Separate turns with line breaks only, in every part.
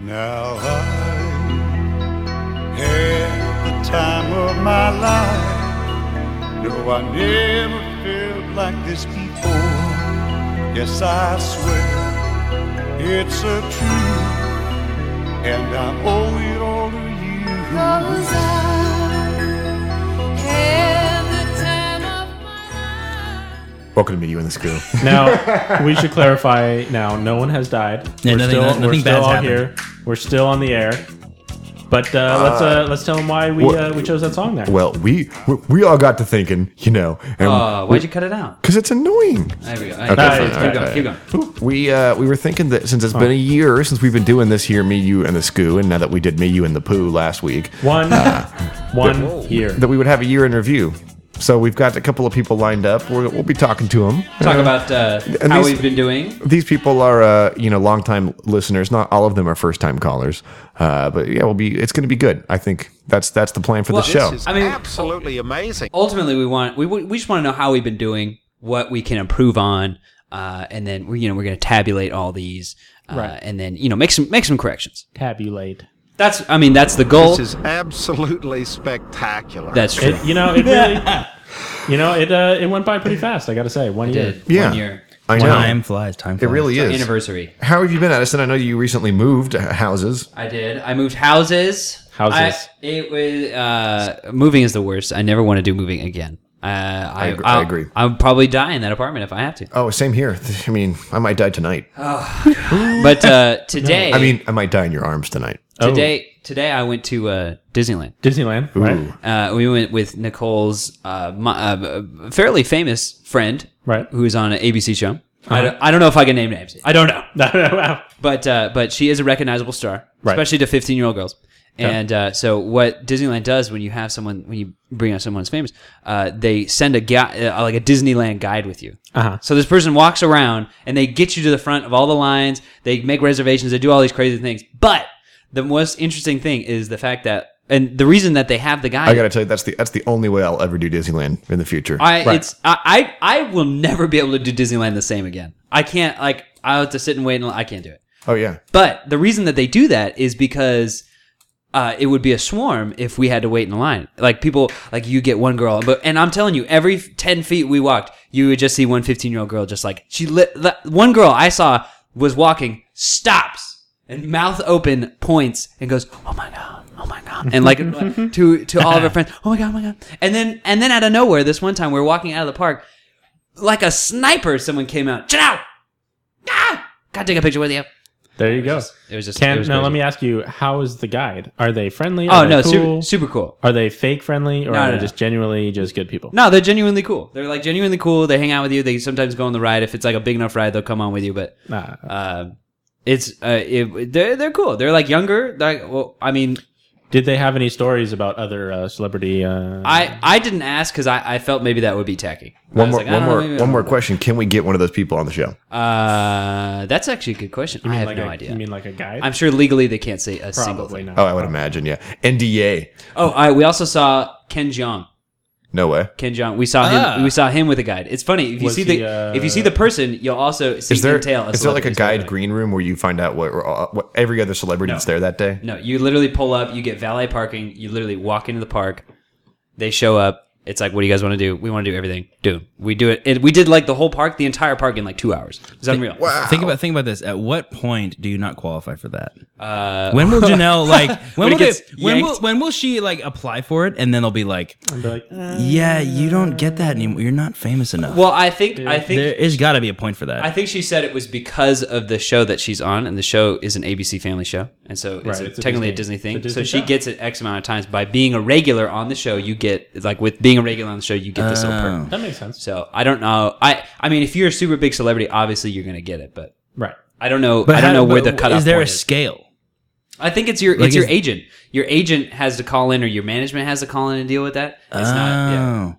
Now I had the time of my life. No, I never felt like this before. Yes, I swear it's a truth, and I owe it all to you.
Cause I had the time of my
Welcome to Meet You in the School.
Now we should clarify. Now no one has died.
Yeah,
we're
nothing-
still,
nothing
we're still
bad's
all
happened.
here. We're still on the air. But uh, let's uh, let's tell them why we
wha-
uh, we chose that song there.
well, we, we we all got to thinking, you know, and
Uh, why'd you cut it out?
because it's annoying.
There we go.
Okay,
keep
fine,
going.
fine.
Keep going.
We uh, we were thinking that since it's been a year since we've been doing this here, me, you, and the Scoo, and now that we did me, you, and the Pooh last week,
one one year.
that we would have a year in review. So we've got a couple of people lined up. We're, we'll be talking to them.
Talk about uh,
And
how
these-
we've been doing.
These people are, uh, you know, longtime listeners. Not all of them are first-time callers, uh, but yeah, we'll be. It's going to be good. I think that's that's the plan for
Well,
the
this
show.
is- I mean,
absolutely amazing.
ultimately we want we, we just want to know how we've been doing what we can improve on uh, and then we you know we're going to tabulate all these uh,
Right.
and then you know make some make some corrections
Tabulate.
that's i mean that's the goal
This is absolutely spectacular.
that's true
It, you know it really. You know it uh, it went by pretty fast. I got to say one year.
did
yeah,
one year
I know
Time flies. Time
it
flies.
really is.
anniversary
How have you been, Addison? I know you recently moved uh, houses.
i did i moved houses
Houses.
I, it was uh, moving is the worst i never want to do moving again uh, I,
agr- I
I'll-
agree.
I'll probably die in that apartment if I have to.
Oh, same here. I mean, I might die tonight.
But uh, today,
I mean, I might die in your arms tonight.
Oh,
today, today I went to uh, Disneyland.
Disneyland. Right.
Uh, we went with Nicole's uh, mo- uh, fairly famous friend,
Right.
Who's on an ABC show.
Uh-huh.
I, don't, I don't know if I can name names,
I don't know. I don't know.
but uh, but she is a recognizable star,
Right.
especially to fifteen year old girls. And uh, so, what Disneyland does when you have someone, when you bring out someone who's famous, uh, they send a guy, uh, like a Disneyland guide with you.
Uh-huh.
So this person walks around and they get you to the front of all the lines. They make reservations. They do all these crazy things. But the most interesting thing is the fact that, and the reason that they have the guide.
I gotta tell you, that's the that's the only way I'll ever do Disneyland in the future.
I it's I, I I will never be able to do Disneyland the same again. I can't like I have to sit and wait and I can't do it.
oh yeah,
But the reason that they do that is because uh, it would be a swarm if we had to wait in line. Like people, like you get one girl, but and I'm telling you, every ten feet we walked, you would just see one 15 year old girl just like she lit. the- One girl I saw was walking, stops and mouth open, points and goes, "Oh my god." Oh my god! And like to to all of her friends, oh my god, oh my god! And then and then out of nowhere, this one time we were walking out of the park, like a sniper, someone came out. Get out! Ah! God, take a picture with you.
There you go.
It was just.
Can
it was
now let
crazy.
me ask you, how is the guide? Are they friendly? Are
Oh
they
no,
cool?
super, super cool.
Are they fake friendly or
No,
are
no,
they
no.
just genuinely just good people?
No, they're genuinely cool. They're like genuinely cool. They hang out with you. They sometimes go on the ride if it's like a big enough ride. They'll come on with you, but
Nah.
uh, it's uh, it, they're they're cool. They're like younger. They're like well, I mean,
Did they have any stories about other uh, celebrity? Uh,
I I didn't ask because I, I felt maybe that would be tacky. I
one
was
more
like, I
one
don't know,
more
maybe I
one
don't
more
know.
question. Can we get one of those people on the show?
Uh, that's actually a good question. I
mean
have
like
no
a-
idea.
You mean like a guide?
I'm sure legally they can't say a single
probably
thing.
not.
Oh, I would imagine. Yeah, NDA.
Oh, I, we also saw Ken Jeong.
No way.
Ken Jeong. We saw
Ah.
him. We saw him with a guide. It's funny if you
Was
see
he,
the
uh,
if you see the person, you'll also see
Is there
the tail.
is there like a guide
guide?
green room where you find out what what every other celebrity that's there that day?
No, you literally pull up, you get valet parking, you literally walk into the park, they show up. It's like, what do you guys want to do? We want to do everything. Dude, we do it. And we did like the whole park, the entire park in like two hours. It's unreal.
Think about think about this. At what point do you not qualify for that?
Uh,
When will Janelle like when
When
will
it gets
it, when will
yanked?
when will she like apply for it and then they'll be like,
I'd be like, eh.
yeah, you don't get that anymore. You're not famous enough.
well, I think, I think,
there is got to be a point for that.
I think she said it was because of the show that she's on, and the show is an ABC Family show, and so it's,
Right,
a-
it's a
technically
Disney-
a Disney thing.
it's a
so
Disney
she
show.
gets it X amount of times by being a regular on the show. You get like with being a regular on the show, you get this little perk.
that makes sense.
So I don't know. I I mean, if you're a super big celebrity, obviously you're gonna get it, but
Right.
I don't know. I don't
how-
know where the
but
cutoff
Is there a
point is.
scale?
I think it's your
Like,
it's your
is-
agent. Your agent has to call in, or your management has to call in and deal with that. It's not. Yeah.
Oh.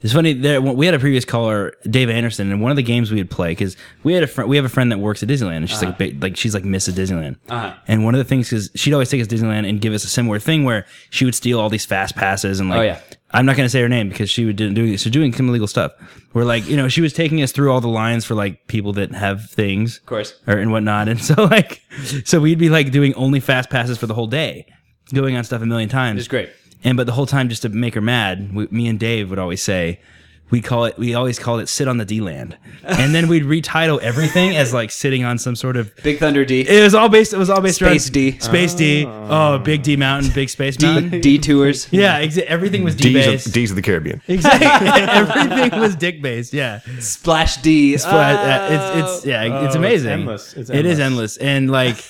It's funny. There, we had a previous caller, Dave Anderson, and one of the games we would play because we had a friend. We have a friend that works at Disneyland, and she's like, ba- like she's like Miss at Disneyland.
Uh-huh.
And one of the things is she'd always take us to Disneyland and give us a similar thing where she would steal all these fast passes and like
Oh, yeah.
I'm not going to say her name because she would didn't do so doing some illegal stuff. Where like you know she was taking us through all the lines for like people that have things, of
course.
or and whatnot. And so like so we'd be like doing only fast passes for the whole day, going on stuff a million times.
It's great.
And but the whole time just to make her mad, we, me and Dave would always say. We call it. We always called it "sit on the D land," and then we'd retitle everything as like sitting on some sort of
Big Thunder D.
it was all based. It was all based
Space
around
D.
Space D.
Ah.
Oh, Big D Mountain, Big Space
D,
Mountain.
D tours.
Yeah, exa- everything was D
D's
based.
of, D's of the Caribbean.
Exactly, everything was dick based. Yeah,
Splash D. Ah.
But, uh, it's it's yeah,
Oh,
it's
it's
amazing.
endless. It's
It
endless.
is endless, and like,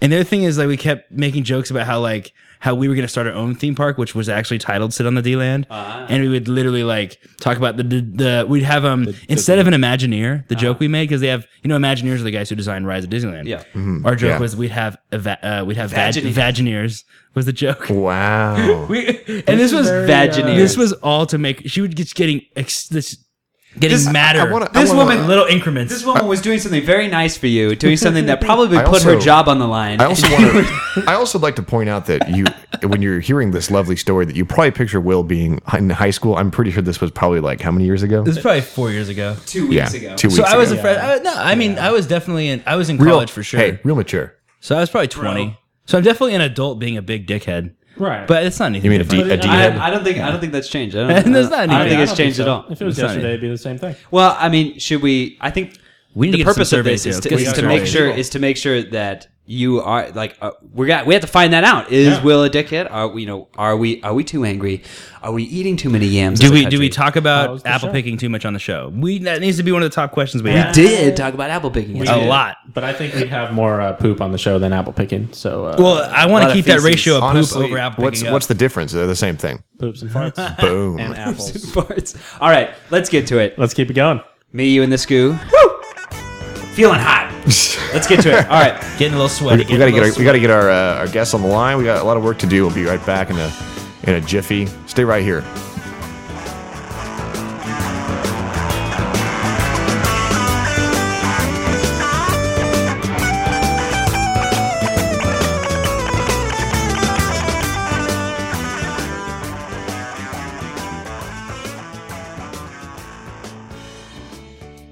and the other thing is like we kept making jokes about how like how we were gonna start our own theme park, which was actually titled "Sit on the D Land," and we would literally like talk about the the, the Ah. we'd have um instead of an Imagineer, the joke we made because they have you know Imagineers are the guys who designed Rise of Disneyland.
Yeah.
our joke
Mm-hmm. Yeah.
was we'd have eva- uh, we'd have vag-
Vagineer.
Vagineers was the joke.
Oh. Wow.
We, and this, was
Vagineer.
uh, This was all to make. She would just getting ex, this, getting
I- I
madder.
wanna- I
this
wanna-
woman, little increments.
This woman was doing something very nice for you, doing something that probably
I
put her
also-
job on the line.
I also want to. I also like to point out that you, when you're hearing this lovely story, that you probably picture Will being in high school. I'm pretty sure this was probably like how many years ago?
was probably four years ago.
two
yeah,
weeks ago.
two weeks.
So I was
ago.
a friend. I, no, I mean, I was definitely in. I was in college
real,
for sure.
Hey, real mature.
So I was probably twenty. So I'm definitely an adult being a big dickhead.
Right.
But it's not anything.
You mean a
different.
D- a D head?
I, I don't think I don't think that's changed. I don't,
That's
I don't-
not
I don't
even-
think
I
it's
don't
changed
think
at
so.
all.
If it was
It's not
yesterday,
it.
it'd be the same thing.
Well, I mean, should we? I think
We need to
the
get some
purpose of
surveys
this is
here.
to,
Let's get
is
some
to make
surveys.
sure is to make sure that you are like uh, we got we have to find that out. Is
Yeah.
Will a dickhead? Are we you know are we are we too angry? Are we eating too many yams? as
Do
a
we do we
country?
talk
How
about
was Oh, the
apple
show?
picking too much on the show? We that needs to be one of the top questions we
We
have.
did talk about apple picking.
A
yesterday.
lot.
But I think we'd have more uh, poop on the show than apple picking. So uh,
Well, I
A
want to
lot of
keep that
feces.
ratio of
Honestly,
poop over apple
what's
picking.
what's
up.
the difference? They're the same thing.
poops and farts
Boom.
and apples.
Farts. All right, let's get to it.
Let's keep it going.
Me, you, and the scoo. Feeling hot. Let's get to it. All right.
getting a little
we,
sweaty?
we gotta get our, we gotta get our uh, our guests on the line. We got a lot of work to do. We'll be right back in a in a jiffy. Stay right here.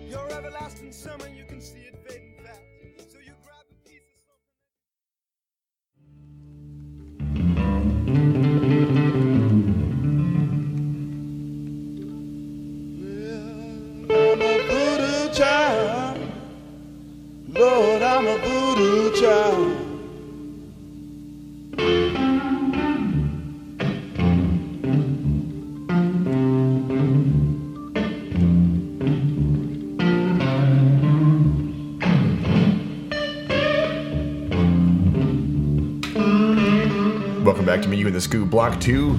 Your everlasting summer, you can see it fading fast. So you grab a piece of something. I'm a voodoo child. Lord, I'm a voodoo child.
Welcome back to me, you and the Scoo Block Two.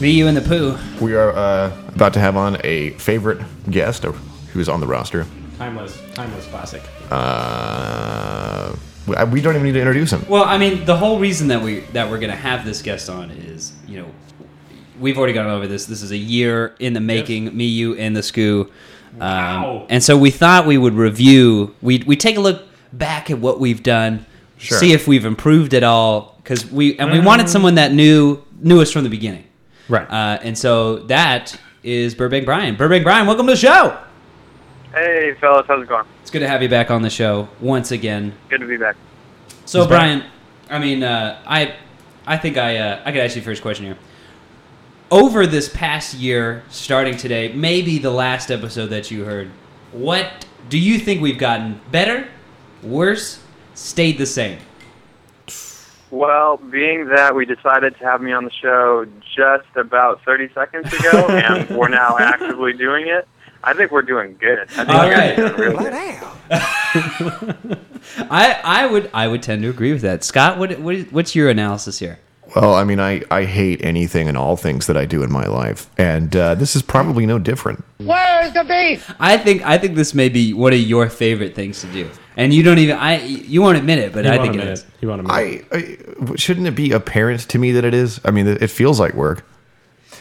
Me, you, and the poo.
We are uh, about to have on a favorite guest or who's on the roster.
Timeless, timeless classic.
Uh, we I- we don't even need to introduce him.
Well, I mean, the whole reason that we that we're gonna have this guest on is, you know, we've already gone over this. This is a year in the making. Me, you, and the Scoo. Um,
Wow.
And so we thought we would review. We we take a look back at what we've done,
Sure.
see if we've improved at all. Because we and we wanted someone that knew knew us from the beginning.
Right.
Uh, and so that is Burbank Brian. Burbank Brian, welcome to the show.
Hey, fellas, how's it going?
It's good to have you back on the show once again.
Good to be back.
So Brian, I mean, uh, I, I think I, uh, I could ask you the first question here. Over this past year, starting today, maybe the last episode that you heard, what do you think we've gotten better, worse, stayed the same?
Well, being that we decided to have me on the show just about 30 seconds ago, and we're now actively doing it, I think we're doing good. I think
All
we're
right.
doing real good.
I, I would, I would tend to agree with that. Scott, what, what is, what's your analysis here?
Well, I mean, I, I hate anything and all things that I do in my life, and uh, this is probably no different.
I think, I think this may be one of your favorite things to do, and you don't even, I, you won't admit it, but
You
I
want
think
a
it
minute.
is.
You want a minute.
I, I shouldn't it be apparent to me that it is? I mean, it feels like work.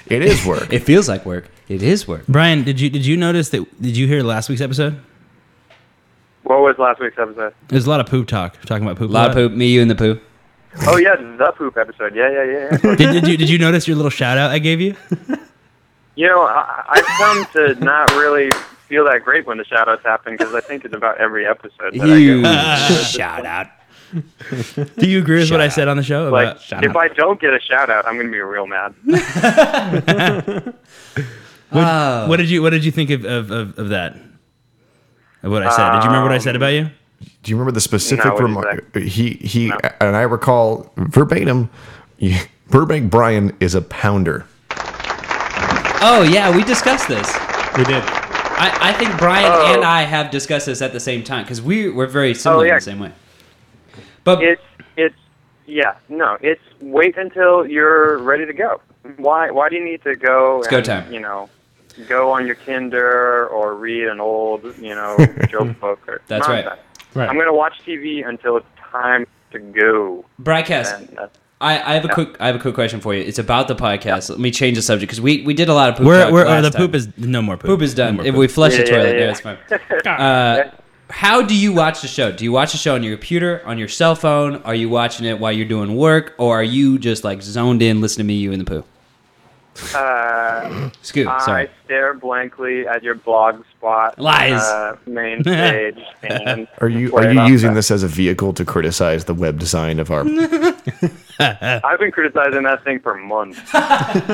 It is work.
It feels like work. It is work.
Brian, did you did you notice that? Did you hear last week's episode?
What was last week's episode?
There's a lot of poop talk. Talking about poop.
A lot of poop. Me, you, and the poo.
Oh, yeah, the poop episode. Yeah, yeah, yeah. yeah.
Did, did you did you notice your little shout out I gave you?
You know, I, I've come to not really feel that great when the shout-outs happen because I think it's about every episode. That
Huge
I get.
shout out.
Do you agree with what I said on the show?
Like,
About,
if I don't get a shout-out, I'm going to be real mad.
what did you What did you think of of, of, of that? Of what I said? Did you remember what I said about you?
Do you remember the specific
No, what is
remark? He he, and I recall verbatim. Burbank Brian is a pounder.
Oh yeah, we discussed this.
We did.
I, I think Brian
Oh.
and I have discussed this at the same time because we we're very similar in
yeah.
the same way. But
It's, it's, yeah, no, it's wait until you're ready to go. Why, why do you need to go? It's
go time.
You know, go on your Tinder or read an old, you know, joke book or
That's right.
nonsense.
Right.
I'm going to watch TV until it's time to go.
broadcast,
And that's,
I, I have a quick I have a quick question for you. It's about the podcast. Let me change the subject because we, we did a lot of poop.
Where
talk
Where
last
are oh, the
time.
poop is no more poop.
poop is
No
done.
more
If
poop.
we flush the
Yeah, yeah,
toilet,
yeah,
yeah, it's fine. Uh, how do you watch the show? Do you watch the show on your computer, on your cell phone? Are you watching it while you're doing work, or are you just like zoned in, listen to me, you and the poo? Uh, Scoop, sorry.
I stare blankly at your blog spot
Lies.
uh, main page. and
Are you
worry
are you
about
using
that.
this as a vehicle to criticize the web design of our?
I've been criticizing that thing for months.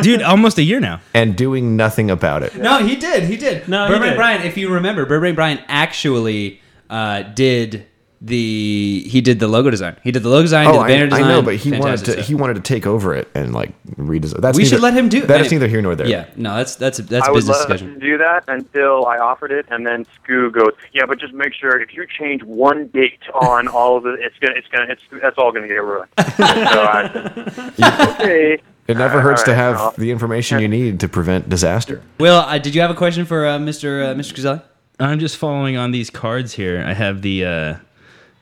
dude, almost a year now.
and doing nothing about it.
No, he did. He did.
No, he
Burbank
did.
Brian. If you remember, Burbank Brian actually uh, did the he did the logo design. He did the logo design, did
Oh,
the banner
I, I
design.
know, but he wanted
Fantastic
to
stuff.
he wanted to take over it and like redesign. That's
we should
neither-
let him do. it.
That's neither here nor there.
Yeah, no, that's that's that's
I
a
would
business
love
discussion.
to do that until I offered it, and then Scoo goes, "Yeah, but just make sure if you change one date on all of the, it's gonna, it's gonna, it's that's all gonna get ruined." so I, okay.
It never
Uh,
hurts to
alright,
have
well.
the information you need to prevent disaster.
Will, uh, did you have a question for uh, Mr. Uh, Mr. Gazelle?
I'm just following on these cards here. I have the uh,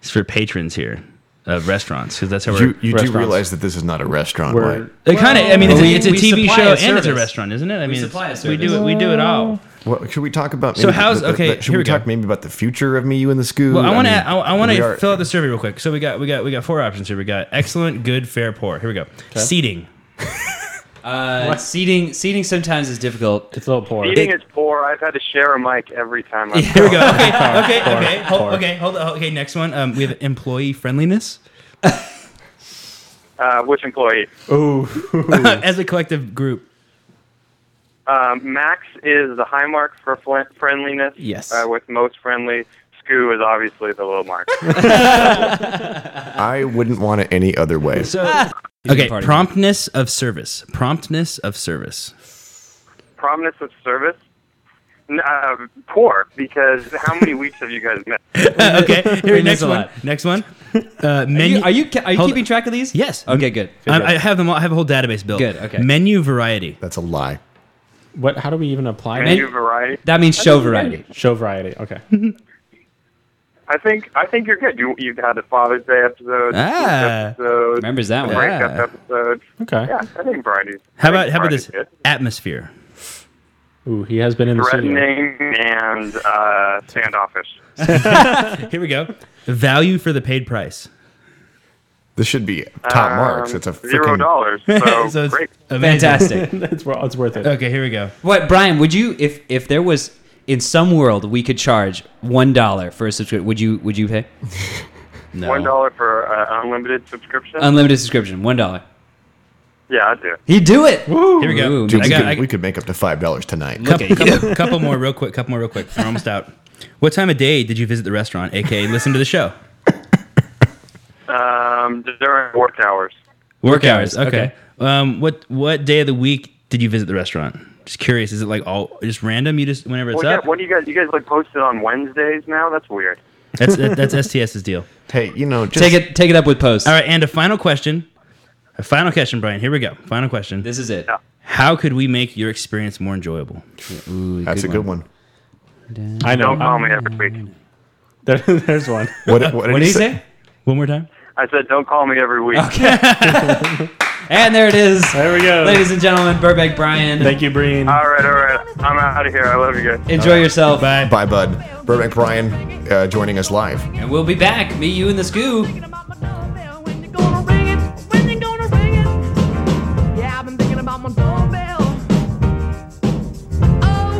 it's for patrons here of restaurants because that's how we're.
You you do
Restaurants.
realize that this is not a restaurant,
We're-
right?
it kind of. I mean, it's,
Well, we-
a, it's a
we
TV
supply
show
a
and it's a
service.
restaurant, isn't it? I mean, it's-
supply a
we do
service.
it. We do it all.
What, should we talk about?
So how's-
the- the-
okay,
the- should we
here we go.
talk maybe about the future of me, you, and the school?
Well, I want to. I, want
we
to
are-
fill out the survey real quick. So we got we got we got four options here. We got excellent, good, fair, poor. Here we go. Seating.
Uh, seating seating sometimes is difficult.
It's a little poor.
Eating is poor. I've had to share a mic every time. I
Here we go. Okay. okay. okay. Hold, okay. Hold. Okay. Next one. Um, we have employee friendliness.
Uh, which employee?
As a collective group,
Um, Max is the high mark for fl- friendliness.
Yes.
Uh, with most friendly. Scoo is obviously the low mark.
I wouldn't want it any other way.
okay.
Party.
Promptness of service. Promptness of service.
Prominence of service. N- Uh, poor because how many weeks have you guys missed?
okay. Here,
It means
next
a
one.
lot.
Next one. Uh, menu.
You- are you are you
Hold-
keeping track of these?
Yes.
Okay, good.
I, I have them. All, I have a whole database built.
Good, okay.
Menu variety.
That's a lie.
What? How do we even apply
Menu
that?
variety.
That means show variety.
Show variety. Okay.
I think I think you're good. You you had the Father's Day episode,
Ah.
ah, episode,
Remembers that one.
breakup
Yeah.
episode.
Okay.
Yeah, I think variety's.
How
I
about how
think
about
variety's
this?
good.
Atmosphere.
Ooh, he has been in the studio.
Threatening and uh, standoffish.
Here we go. Value for the paid price.
This should be top
Um,
Ah, marks. It's a
zero
freaking
dollars. So,
So it's
Oh, great.
amazing.
Fantastic.
it's, wor- it's worth it.
Okay, here we go.
What, Brian? Would you if if there was in some world we could charge one dollar for a subscription? Would you would you pay
No.
One dollar for uh, unlimited subscription.
unlimited subscription? One dollar.
yeah, I do.
He'd do it.
Here we go.
Dude,
I
we,
got,
could,
I,
we could make up to five dollars tonight.
couple, couple, couple more real quick. Couple more real quick. We're almost out. What time of day did you visit the restaurant, aka listen to the show?
Um, during work hours.
Work
hours, okay.
Um, what what day of the week did you visit the restaurant? Just curious. Is it like all just random? You just whenever it's
Well, yeah,
up.
what do you guys? You guys like posted on Wednesdays now? That's weird.
That's that's STS's deal.
Hey, you know, just
Take it take it up with post.
All right, and a final question. A final question, Brian. Here we go. Final question.
This is it.
How could we make your experience more enjoyable?
That's a good one.
I know.
Don't call me every week.
Mm.
There- there's one.
What, what, did
What
he
did he
say?
say?
One more time.
I said, don't call me every week.
And there it is,
There we go.
ladies and gentlemen. Burbank Brian.
Thank you, Breen.
Uh,
All right, all right. I'm out of here. I love you guys.
Enjoy yourself.
Bye.
Bye, bud. Burbank Brian uh, joining us live.
And we'll be back. Me, you, and the Scoo.
thinking about my doorbell. When you gonna ring it? When you gonna ring it? Yeah, I've been thinking about my doorbell. Oh,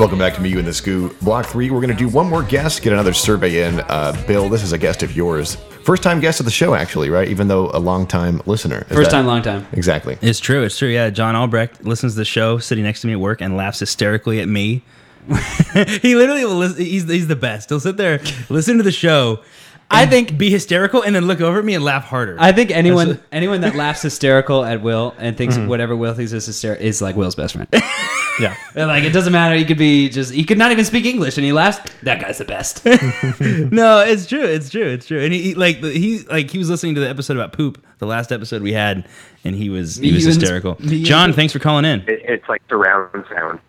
Welcome back to Me, You, and the Scoo. Block three, we're going to do one more guest, get another survey in. Uh, Bill, this is a guest of yours. First time guest of the show, actually, right? Even though a long time listener. Is
First
that-
time, long time.
Exactly.
It's true. It's true. Yeah, John Albrecht listens to the show, sitting next to me at work, and laughs hysterically at me. he literally will listen. He's, he's the best. He'll sit there, listen to the show. I think be hysterical and then look over at me and laugh harder.
I think anyone
That's-
anyone that laughs hysterical at Will and thinks
Mhm.
whatever Will thinks is hysterical is like Will's best friend.
yeah.
like it doesn't matter. He could be just he could not even speak English and he laughs. That guy's the best.
no, it's true. It's true. It's true. And he, he like he like he was listening to the episode about poop, the last episode we had, and he was
Me
he was
and-
hysterical.
me and-
John, thanks for calling in.
It, it's like surround sound.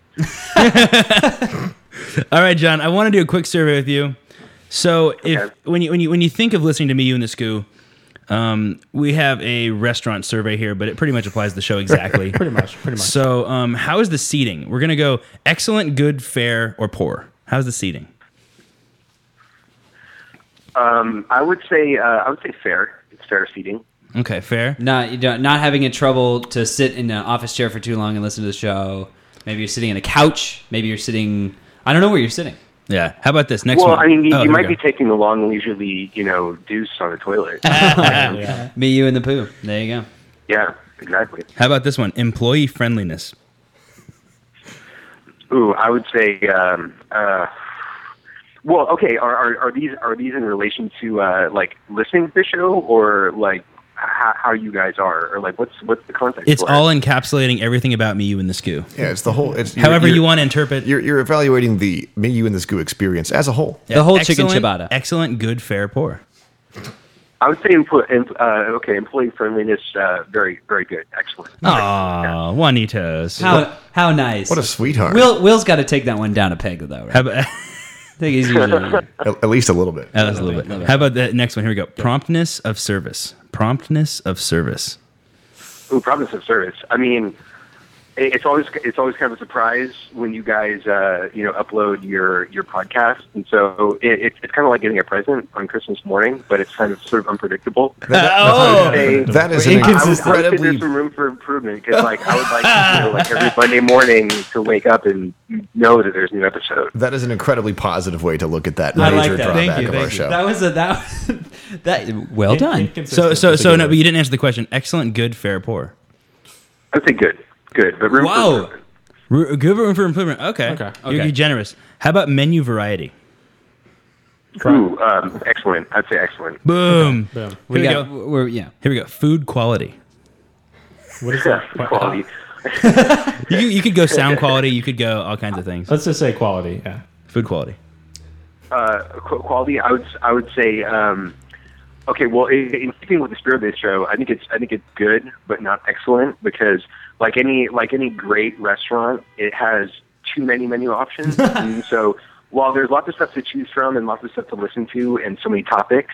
All right, John, I want to do a quick survey with you. So, if when you when you when you think of listening to me, you and the Scoo, um, we have a restaurant survey here, but it pretty much applies to the show exactly.
Pretty much, pretty much.
So, um, how is the seating? We're gonna go excellent, good, fair, or poor. How's the seating?
Um, I would say uh, I would say fair. It's fair seating.
Okay, fair.
Not you don't, not having a trouble to sit in an office chair for too long and listen to the show. Maybe you're sitting in a couch. Maybe you're sitting. I don't know where you're sitting.
Yeah. How about this
well, I mean, you, Oh,
Oh,
you might be taking a long leisurely, you know, deuce on the toilet. yeah.
Me, you, and the poo. There you go.
exactly.
How about this one? Employee friendliness.
Ooh, I would say. Um, uh, well, okay. Are, are are these are these in relation to uh, like listening to the show or like how, how you guys are or like what's what's the context?
It's
for it?
all encapsulating everything about me, you, and the Scoo.
Yeah, it's the whole. It's
however you want to interpret.
You're, you're evaluating the Me, You, and the Scoo experience as a whole.
Yeah, excellent- Excellent, good, fair, poor.
I would say empl- em- uh, okay, employee friendliness, uh, very very good, excellent.
Aw, Juanitos.
How how nice.
What a sweetheart.
Will Will's got to take that one down a peg though. Right?
How about,
think he's usually
At, at least a little bit.
That was a little bit. How about the next one? Here we go. Promptness of service. Promptness of service.
Ooh, promise of service. I mean, it- it's always it's always kind of a surprise when you guys uh, you know upload your your podcast, and so it, it's it's kind of like getting a present on Christmas morning, but it's kind of sort of unpredictable.
oh,
Say-
that is
I-
an
I would- I would say
incredibly
There's some room for improvement because, like, I would like, you know, like every Monday morning to wake up and know that there's a new episode.
that is an incredibly positive way to look at that
I
major
like that.
drawback
Thank you.
of our
Thank you.
show.
That was a that was- that well done.
So so so no, but you didn't answer the question. Excellent, good, fair, poor.
I would say good, good, but room for
Wow.
improvement.
Ru- Good room for improvement. Okay. Okay. You're,
Okay.
you're generous. How about menu variety?
Ooh, um, excellent. I'd say excellent.
Boom.
Okay. Boom.
Here
We
we,
got-
go.
We're, yeah.
Here we go. Food quality.
What is that?
Quality.
You, you could go sound quality. You could go all kinds of things.
Let's just say quality. Yeah.
Food quality.
uh, qu- quality, I would I would say um, okay. Well, in, in keeping with the spirit of this show, I think it's I think it's good, but not excellent because like any like any great restaurant, it has too many menu options, and so while there's lots of stuff to choose from and lots of stuff to listen to and so many topics,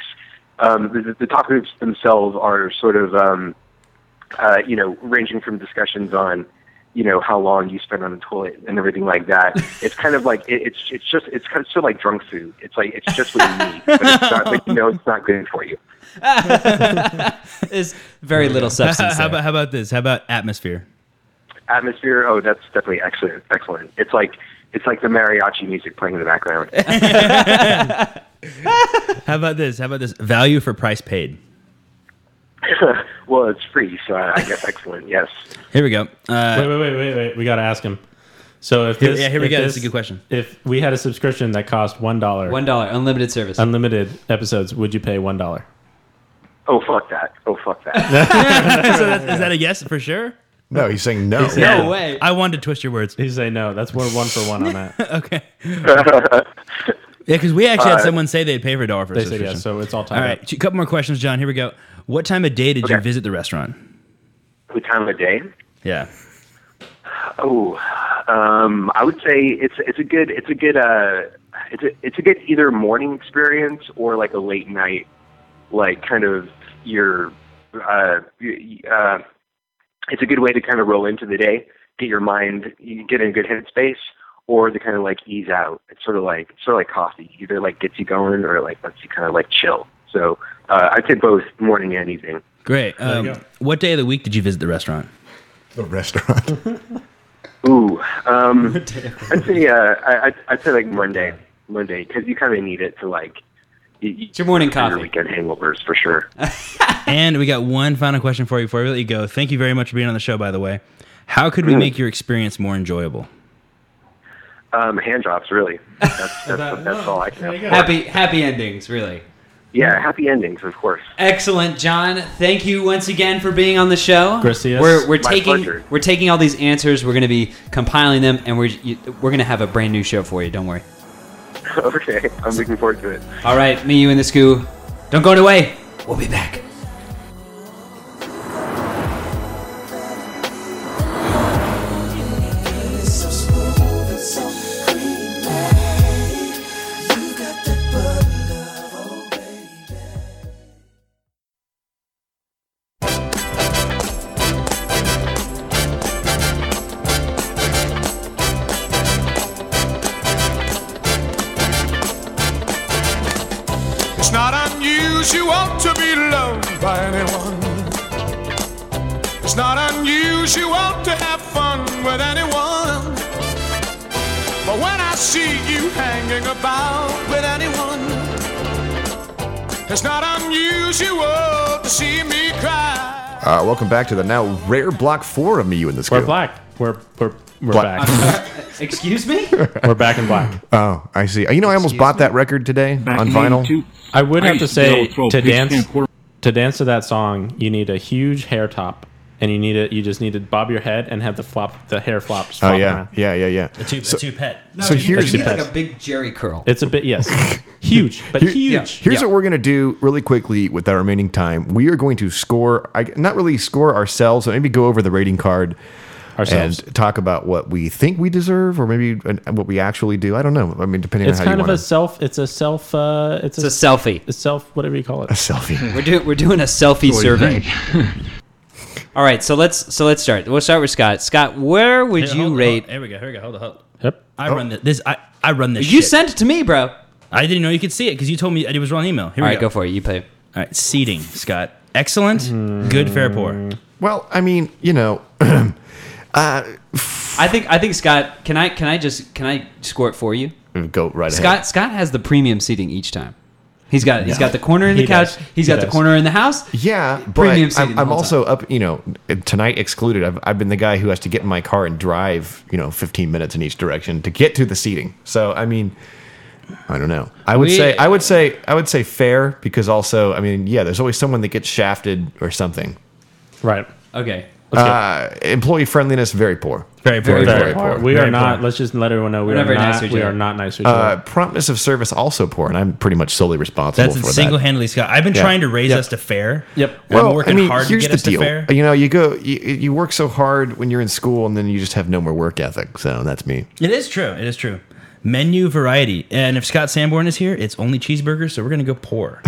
um, the, the topics themselves are sort of um, uh, you know ranging from discussions on you know how long you spend on the toilet and everything like that. It's kind of like it, it's it's just it's kind of sort of like drunk food. It's like it's just what you need, but it's not like you know it's not good for you.
There's very little substance.
How
there.
about how about this? How about atmosphere?
Atmosphere, oh, that's definitely excellent. Excellent. It's like it's like the mariachi music playing in the background.
How about this? How about this? Value for price paid.
well, it's free, so I, I guess excellent. Yes.
Here we go. Uh,
wait, wait, wait, wait, wait. We got to ask him. So if
Here-
this,
yeah, here we
if
go. That's
this-
a good question.
If we had a subscription that cost one dollar,
One dollar unlimited service,
unlimited episodes, would you pay one dollar?
Oh fuck that. Oh fuck that.
So that- is that a yes for sure?
No, he's saying no.
He's saying-
way.
I wanted to twist your words.
He's saying no. That's one one for one on that.
okay. Yeah, because we actually had
Uh,
someone say they'd pay for a dollar for a
they said
subscription.
yes, so it's all tied
All right,
up.
a couple more questions, John. Here we go. What time of day did you visit the restaurant?
What time of day?
Yeah.
Oh, um, I would say it's it's a good it's a good uh it's a it's a good either morning experience or like a late night like kind of your uh, y- y- uh, it's a good way to kind of roll into the day, get your mind, you get in a good headspace, or to kind of like ease out. It's sort of like it's sort of like coffee, either like gets you going or like lets you kind of like chill. So uh, I take both morning and evening.
Great. Um, what day of the week did you visit the restaurant?
The restaurant.
Ooh, um, I'd say uh, I, I'd, I'd say like Monday, Monday, because you kind of need it to like. It's
your morning
Your weekend hangovers for sure.
and we got one final question for you before we let you go. Thank you very much for being on the show, by the way. How could we
Mm.
make your experience more enjoyable?
Um, hand jobs, really. That's, that's, that's all I can. Have.
Happy happy endings, really.
Yeah, happy endings, of course.
Excellent, John. Thank you once again for being on the show.
Gracias.
We're, we're
My
taking
pleasure.
we're taking all these answers. We're going to be compiling them, and we're you, we're going to have a brand new show for you. Don't worry.
okay, I'm looking forward to it.
All right, me, you, and the Scoo. Don't go away. We'll be back.
So smooth and so creamy. You got that bubble love, oh baby.
It's not unusual to be loved by anyone. It's not unusual to have fun with anyone. But when I see you hanging about with anyone, it's not unusual to see me cry.
Uh, welcome back to the now rare block four of me, you and the Scoo. We're black.
We're we're we're
back.
Excuse me?
We're back in black.
oh, I see. You know, I almost bought that record today on vinyl.
I would have to say
Please, no,
to
please,
dance
can't
to dance to that song, you need a huge hair top, and you need it. You just need to bob your head and have the flop, the hair flops.
Oh
flop
yeah,
around.
yeah, yeah, yeah.
A two,
So-
a two pet.
so here's
big Jerry curl.
It's a bit yes, huge, but huge.
Here's what we're gonna do really quickly with our remaining time. We are going to score, I, not really score ourselves, but maybe go over the rating card
Ourselves.
and talk about what we think we deserve, or maybe uh, what we actually do. I don't know. I mean, depending
It's
on how
kind
you
of a
want
self. It's a self. Uh, it's,
a selfie.
A self. Whatever you call it.
A selfie.
We're doing we're doing a selfie survey. All right, so let's so let's start. We'll start with Scott. Scott, where would
Here,
you
hold- Oh,
rate?
hold- Here we go. Here we go. Hold on. Hold on.
Yep.
I run the, this. I, I run this.
You
shit.
sent it to me, bro.
I didn't know you could see it because you told me it was wrong email. Here
All
we
right, go. for it. You play.
All right, seating, Scott. Excellent. Good, fair, poor.
Well, I mean, you know,
I think I think Scott. Can I can I just can I score it for you?
Go right
Scott Scott has the premium seating each time. He's got he's
No.
got the corner in the
He
couch.
does.
He's
He
got the
does.
corner in the house.
Yeah, but
Premium seating
I'm,
the
I'm
whole
also up. You know, tonight excluded. I've I've been the guy who has to get in my car and drive. You know, 15 minutes in each direction to get to the seating. So I mean, I don't know. I would
We-
say I would say I would say fair because also I mean yeah, there's always someone that gets shafted or something.
Right.
Okay.
Uh, employee friendliness very poor.
Very
Very, poor. We
Very poor.
are not. Let's just let everyone know we
We're not
are
very nice
not.
to each
we
other.
are not nice to each
Uh,
other.
promptness of service also poor, and I'm pretty much solely responsible
That's
for that.
single-handedly, Scott. I've been
Yeah.
trying to raise
Yep.
us to fair.
Yep.
Well, I'm working hard to get us to fair.
You know, you go, you, you work so hard when you're in school, and then you just have no more work ethic. So that's me.
It is true. It is true. Menu variety. And if Scott Sanborn is here, it's only cheeseburgers, so we're gonna go poor.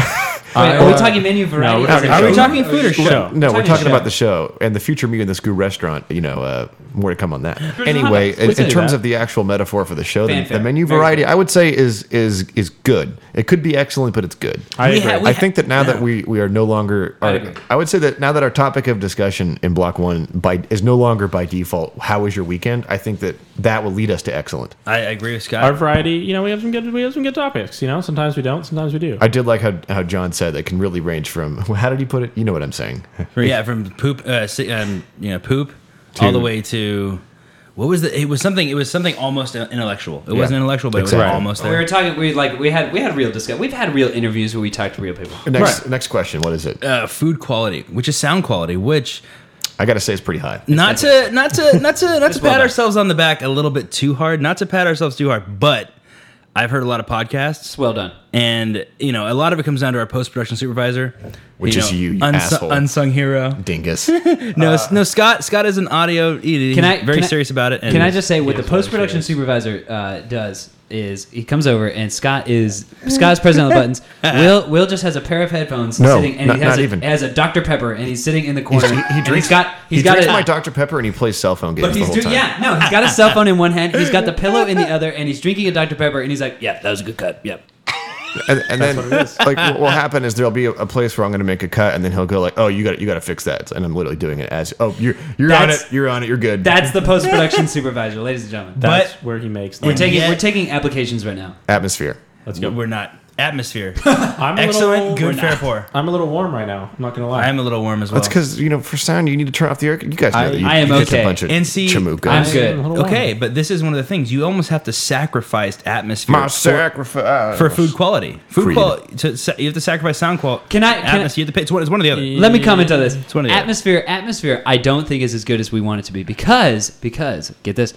Wait,
uh,
are we talking menu variety?
we're talking
are we
show.
talking food or show?
No, we're talking about the show and the future me and the Scoo restaurant. You know, uh, more to come on that. Anyway,
We'll
in, in
say
terms
that.
of the actual metaphor for the show, the,
Fanfare.
the menu
Very
variety, I would say is is is good. It could be excellent, but it's good.
I We agree. ha- we
I
ha-
think that now that we we are no longer,
I
our-
agree.
I would say that now that our topic of discussion in block one by is no longer by default. How was your weekend? I think that that will lead us to excellent.
I agree with
Uh,
Scott.
Our variety. You know, we have some good. We have some good topics. You know, sometimes we don't. Sometimes we do.
I did like how, how John said that can really range from how did he put it? You know what I'm saying?
yeah, from poop, uh, si- um, you know, poop,
To-
all the way to what was the? It was something. It was something almost intellectual. It
Yeah.
wasn't intellectual, but it
Exactly.
was almost
We
there.
were talking. We like we had we had real discuss. We've had real interviews where we talked to real people.
Next next question. What is it?
Uh, food quality, which is sound quality, which
I got to say it's pretty high.
not to not to not
well
to not to pat
done.
ourselves on the back a little bit too hard not to pat ourselves too hard but i've heard a lot of podcasts
well done
and you know a lot of it comes down to our post-production supervisor
Which is
know,
you, you
unsu-
asshole.
unsung hero
dingus
no s- no scott scott is an audio he- he's
Can I
very
can I-
serious about it and
can I just say what the
He is very
post production supervisor uh, does? is he comes over and Scott is Scott's president of the buttons. Will Will just has a pair of headphones
No,
sitting and
not-
he has
not
a,
even.
has a Dr Pepper and he's sitting in the corner.
He's-
and
he drinks.
He's got he's
he
got
drinks
a,
my Dr Pepper and he plays cell phone games
but
the
he's
whole
doing
time.
yeah no he's got a cell phone in one hand he's got the pillow in the other and he's drinking a Dr Pepper and he's like yeah that was a good cut yep
and, and then like what will happen is there'll be a, a place where I'm going to make a cut, and then he'll go like, "Oh, you got you got to fix that," and I'm literally doing it as, "Oh, you're you're
That's-
on it, you're on it, you're good."
that's the post production supervisor ladies and gentlemen
That's where he makes.
we're
them.
taking
yet-
we're taking applications right now
atmosphere.
Let's go.
We're not. Atmosphere.
I'm a
Excellent.
little-
Good
we're
fair
not.
for.
I'm a little warm right now. I'm not gonna lie.
I am a little warm as well.
That's because you know for sound you need to turn off the air. You guys know
I-
that. You,
I am
you get
okay.
A bunch of
And see,
chamukas.
I'm good.
I'm a little warm.
Okay, but this is one of the things you almost have to sacrifice atmosphere
My
for,
sacrifice
for food quality. Food
Freedom.
quality. To, sa- you have to sacrifice sound quality.
Can I- can I-
Atmosphere. you have to pay. It's one, it's one or the other.
Let me comment on this.
one or the other.
atmosphere, atmosphere. I don't think is as good as we want it to be because because get this,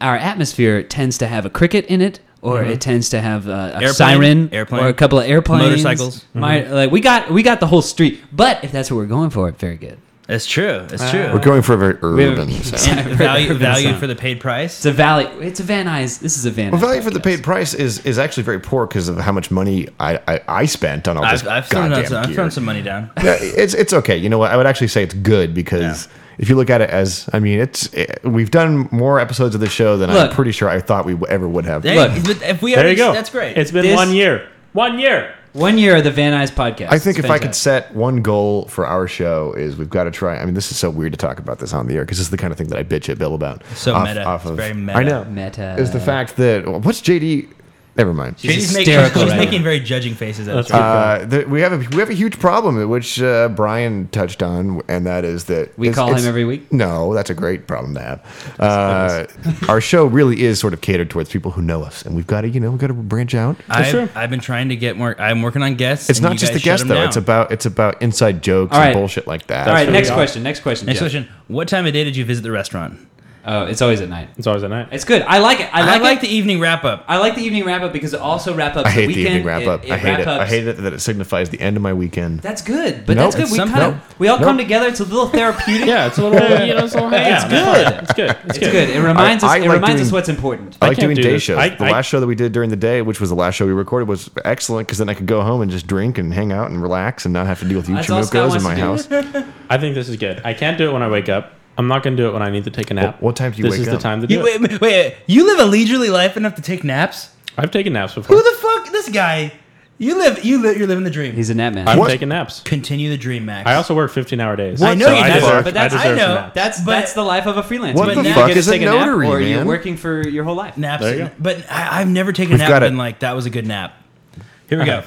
our atmosphere tends to have a cricket in it, or it tends to have uh, a
Mm-hmm. Airplane,
siren,
airplane,
or a couple of airplanes,
motorcycles. Mm-hmm.
My, Like we got we got the whole street. But if that's what we're going for, very good.
That's true. That's true.
We're going for a very
have-
urban sound.
And value, value for the paid price.
It's a valley. It's a Van Nuys. This is a Van.
Well,
Nuys
value for the
podcast.
paid price is is actually very poor because of how much money I, I, I spent on all this
I've, I've, thrown,
goddamn
out some, I've
gear.
thrown some money down.
Yeah, Uh, it's it's okay. You know what? I would actually say it's good because if you look at it as, I mean, it's it, we've done more episodes of the show than
Look.
I'm pretty sure I thought we w- ever would have.
Hey,
Look.
but if we
There
already-
you go.
That's great.
It's been
This-
one year. One year.
One year of the Van Nuys podcast.
I think
It's
if I could
fantastic.
set one goal for our show is we've got to try. I mean, this is so weird to talk about this on the air because this is the kind of thing that I bitch at Bill about.
So meta. It's very meta.
I know.
Meta.
Is the fact that what's JD? Never mind.
She's, making,
hysterical
she's
right
making
now.
very judging faces at us.
Uh, the, we have a we have a huge problem which uh, Brian touched on, and that is that
We
it's-
call him
it's-
every week?
No, that's a great problem to have. Uh, our show really is sort of catered towards people who know us, and we've got to you know we've got to branch out.
true.
I've, I've been trying to get more. I'm working on guests.
It's
and
not
you
just the
guys
guest
shut 'em
though.
down.
It's about it's about inside jokes
All right.
and bullshit like that.
All right. Next
Yeah.
question. Next question.
Next
Jeff.
question. What time of day did you visit the restaurant?
Oh, it's always at night.
It's always at night.
It's good. I like it. I
I
like,
like,
it.
the evening wrap up.
I like the evening wrap up because it also wrap ups.
I hate
the,
the
weekend.
evening wrap
It-
up.
It,
I hate it. I
wrap-ups-
hate it that it signifies the end of my weekend.
That's good, but
Nope.
that's
It's
good. We
something.
kind of
Nope.
we all come
Nope.
together. It's a little therapeutic.
Yeah, it's a little. You know, it's a little. Hey,
Yeah.
it's good. It's good. It's
it's
good.
good. It reminds
I-
us.
I
it
like
reminds us
doing-
what's important.
I like
can't
doing
do
day
this.
shows.
I-
the
I-
last show that we did during the day, which was the last show we recorded, was excellent because then I could go home and just drink and hang out and relax and not have to deal with you
That's all Scott
chamucos in
wants
my
to do.
house.
I think this is good. I can't do it when I wake up. I'm not gonna do it when I need to take a nap.
What- what time do you
this
wake
is
up?
the time to do
You,
it.
wait, wait, wait, you live a leisurely life enough to take naps?
I've taken naps before.
Who the fuck? This guy. You live. You li- you're living the dream.
He's a net man.
I've
What?
taken naps.
Continue the dream, Max.
I also work 15 hour days.
I know you
I
do,
deserve,
but
I
that's-
deserve
I know.
some naps.
That's
But-
that's the life of a freelancer.
What
But
the
you
fuck
get to
is a
take nap
notary,
or you're
man?
working for your whole life.
naps.
There you
and-
go.
but I, I've never taken
We've
a nap
got
and
it.
been like that was a good nap. Here we go.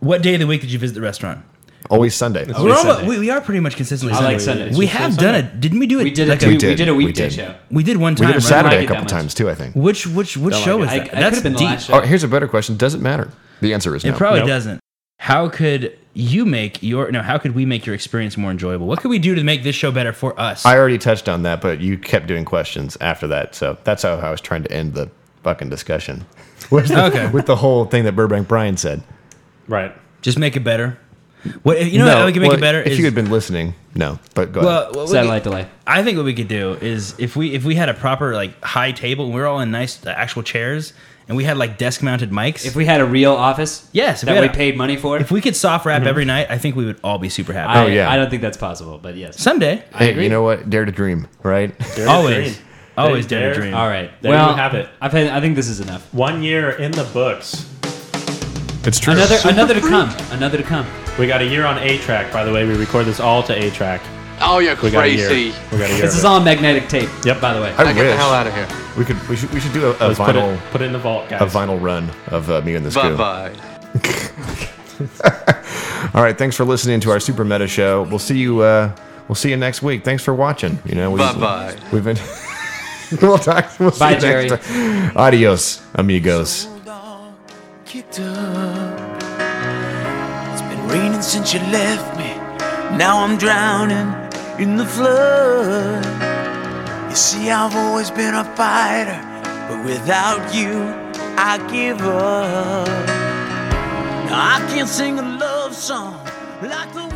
what day of the week did you visit the restaurant?
Always Oh, Sunday.
We're
always
almost,
Sunday.
we, we are pretty much consistently.
I like
Sunday.
Sundays.
We
It's
have
just
done
Sunday.
it. Didn't we do it?
We did a
like
two- we,
did.
did a
We
weekday
did.
show.
We did one
We
time.
did a
right?
Saturday
like it
a couple
that much.
times too, I think.
Which which which
Don't
show
like
is
I, I
that?
could have been the
deep.
last show.
Oh, here's a better question. Does it matter? The answer is
It
no.
probably
Nope.
doesn't. How could you make your no? How could we make your experience more enjoyable? What could we do to make this show better for us?
I already touched on that, but you kept doing questions after that, so that's how I was trying to end the fucking discussion. With the,
Okay.
with the whole thing that Burbank Brian said.
Right.
Just make it better. What you know? what we could make
well,
it better.
If
is,
you had been listening, no. But go
well,
ahead.
what we
Satellite
could-
delay.
I think what we could do is if we if we had a proper like high table and we are all in nice uh, actual chairs and we had like desk mounted mics.
If we had a real office,
Yes, if we
that
had
we
a-
paid money for.
if we could soft wrap every night, I think we would all be super happy.
I,
Oh, yeah.
I don't think that's possible, but yes.
Someday,
Hey, you know what? Dare to dream, right?
always,
dream.
always
Dare-
dare to dream.
All right.
There
well,
you have it.
I've had, I think this is enough.
One year in the books.
it's true.
Another another to come. Another to come.
We got a year on A track, by the way. We record this all to A track.
Oh, you're
We got a year.
crazy.
We got a year.
This
of
is
it.
all magnetic tape.
Yep.
By the way.
I
Now get the
wish
hell out of here.
we could. We should. We should do a, a
Let's put
vinyl,
it, put it in the vault, guys.
a vinyl run of uh, me and the
Bye
school.
bye.
All right, thanks for listening to our Super Meta show. We'll see you. Uh, we'll see you next week. Thanks for watching. You know, we,
Bye-bye.
We've been. we'll talk. We'll see
Bye,
you
Jerry.
Next time. Adios, amigos.
Old dog kicked up. It's been raining since you left me. Now I'm drowning in the flood. You see, I've always been a fighter, but without you, I give up. Now I can't sing a love song like the